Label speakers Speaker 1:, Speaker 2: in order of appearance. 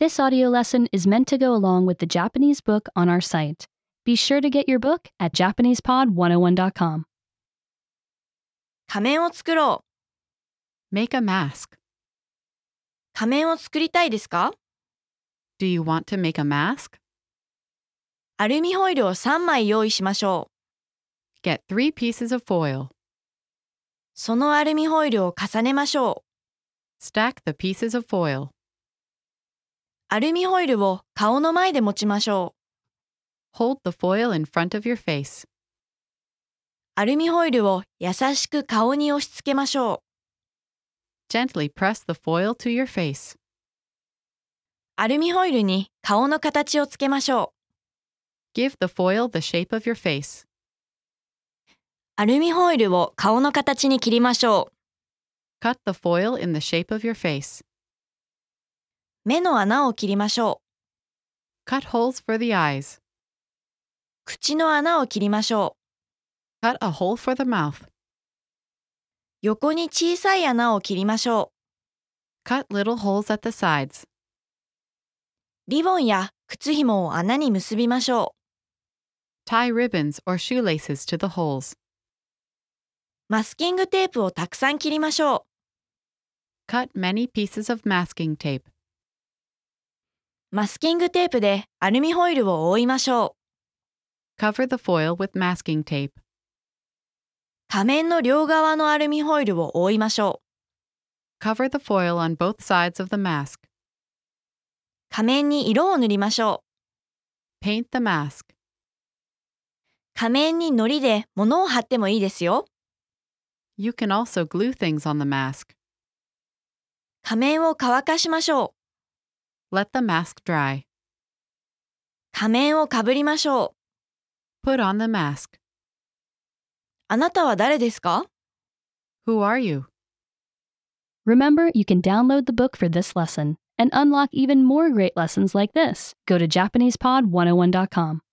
Speaker 1: This audio lesson is meant to go along with the Japanese book on our site. Be sure to get your book at JapanesePod101.com.
Speaker 2: 仮面を作ろう。
Speaker 3: Make a mask.
Speaker 2: 仮面を作りたいですか
Speaker 3: Do you want to make a mask?
Speaker 2: アルミホイルを3枚用意しましょう。
Speaker 3: Get three pieces of foil.
Speaker 2: そのアルミホイルを重ねましょう。
Speaker 3: Stack the pieces of foil.
Speaker 2: アルミホイルを顔の前で持ちましょう。
Speaker 3: Hold the foil in front of your face.
Speaker 2: アルミホイルを優しく顔に押し付けましょう。
Speaker 3: Gently press the foil to your face.
Speaker 2: アルミホイルに顔の形をつけましょう。
Speaker 3: Give the foil the shape of your face.
Speaker 2: アルミホイルを顔の形に切りましょう。
Speaker 3: Cut the foil in the shape of your face.
Speaker 2: 目の穴を切りましょう。
Speaker 3: Cut holes for the eyes.
Speaker 2: 口の穴を切りましょう。
Speaker 3: Cut a hole for the mouth.
Speaker 2: 横に小さい穴を切りましょ
Speaker 3: Cut little holes at the sides.
Speaker 2: う。リボンや靴紐を穴に結びましょう。
Speaker 3: Tie ribbons or shoelaces to the holes.
Speaker 2: マスキングテープをたくさん切りましょう。
Speaker 3: Cut many pieces of masking tape.
Speaker 2: マスキングテープでアルミホイルを覆いましょう。
Speaker 3: Cover the foil with masking tape.
Speaker 2: 仮面の両側のアルミホイルを覆いましょう。
Speaker 3: Cover the foil on both sides of the mask.
Speaker 2: 仮面に色を塗りましょう。
Speaker 3: Paint the mask.
Speaker 2: 仮面に糊で物を貼ってもいいですよ。
Speaker 3: You can also glue things on the mask.
Speaker 2: 仮面を乾かしましょう。
Speaker 3: Let the mask dry.
Speaker 2: 仮面をかぶりましょう。
Speaker 3: Put on the mask.
Speaker 2: あなたは誰ですか
Speaker 3: Who are you?
Speaker 1: Remember, you can download the book for this oh lesson and unlock even more great lessons like this. Go to JapanesePod101.com.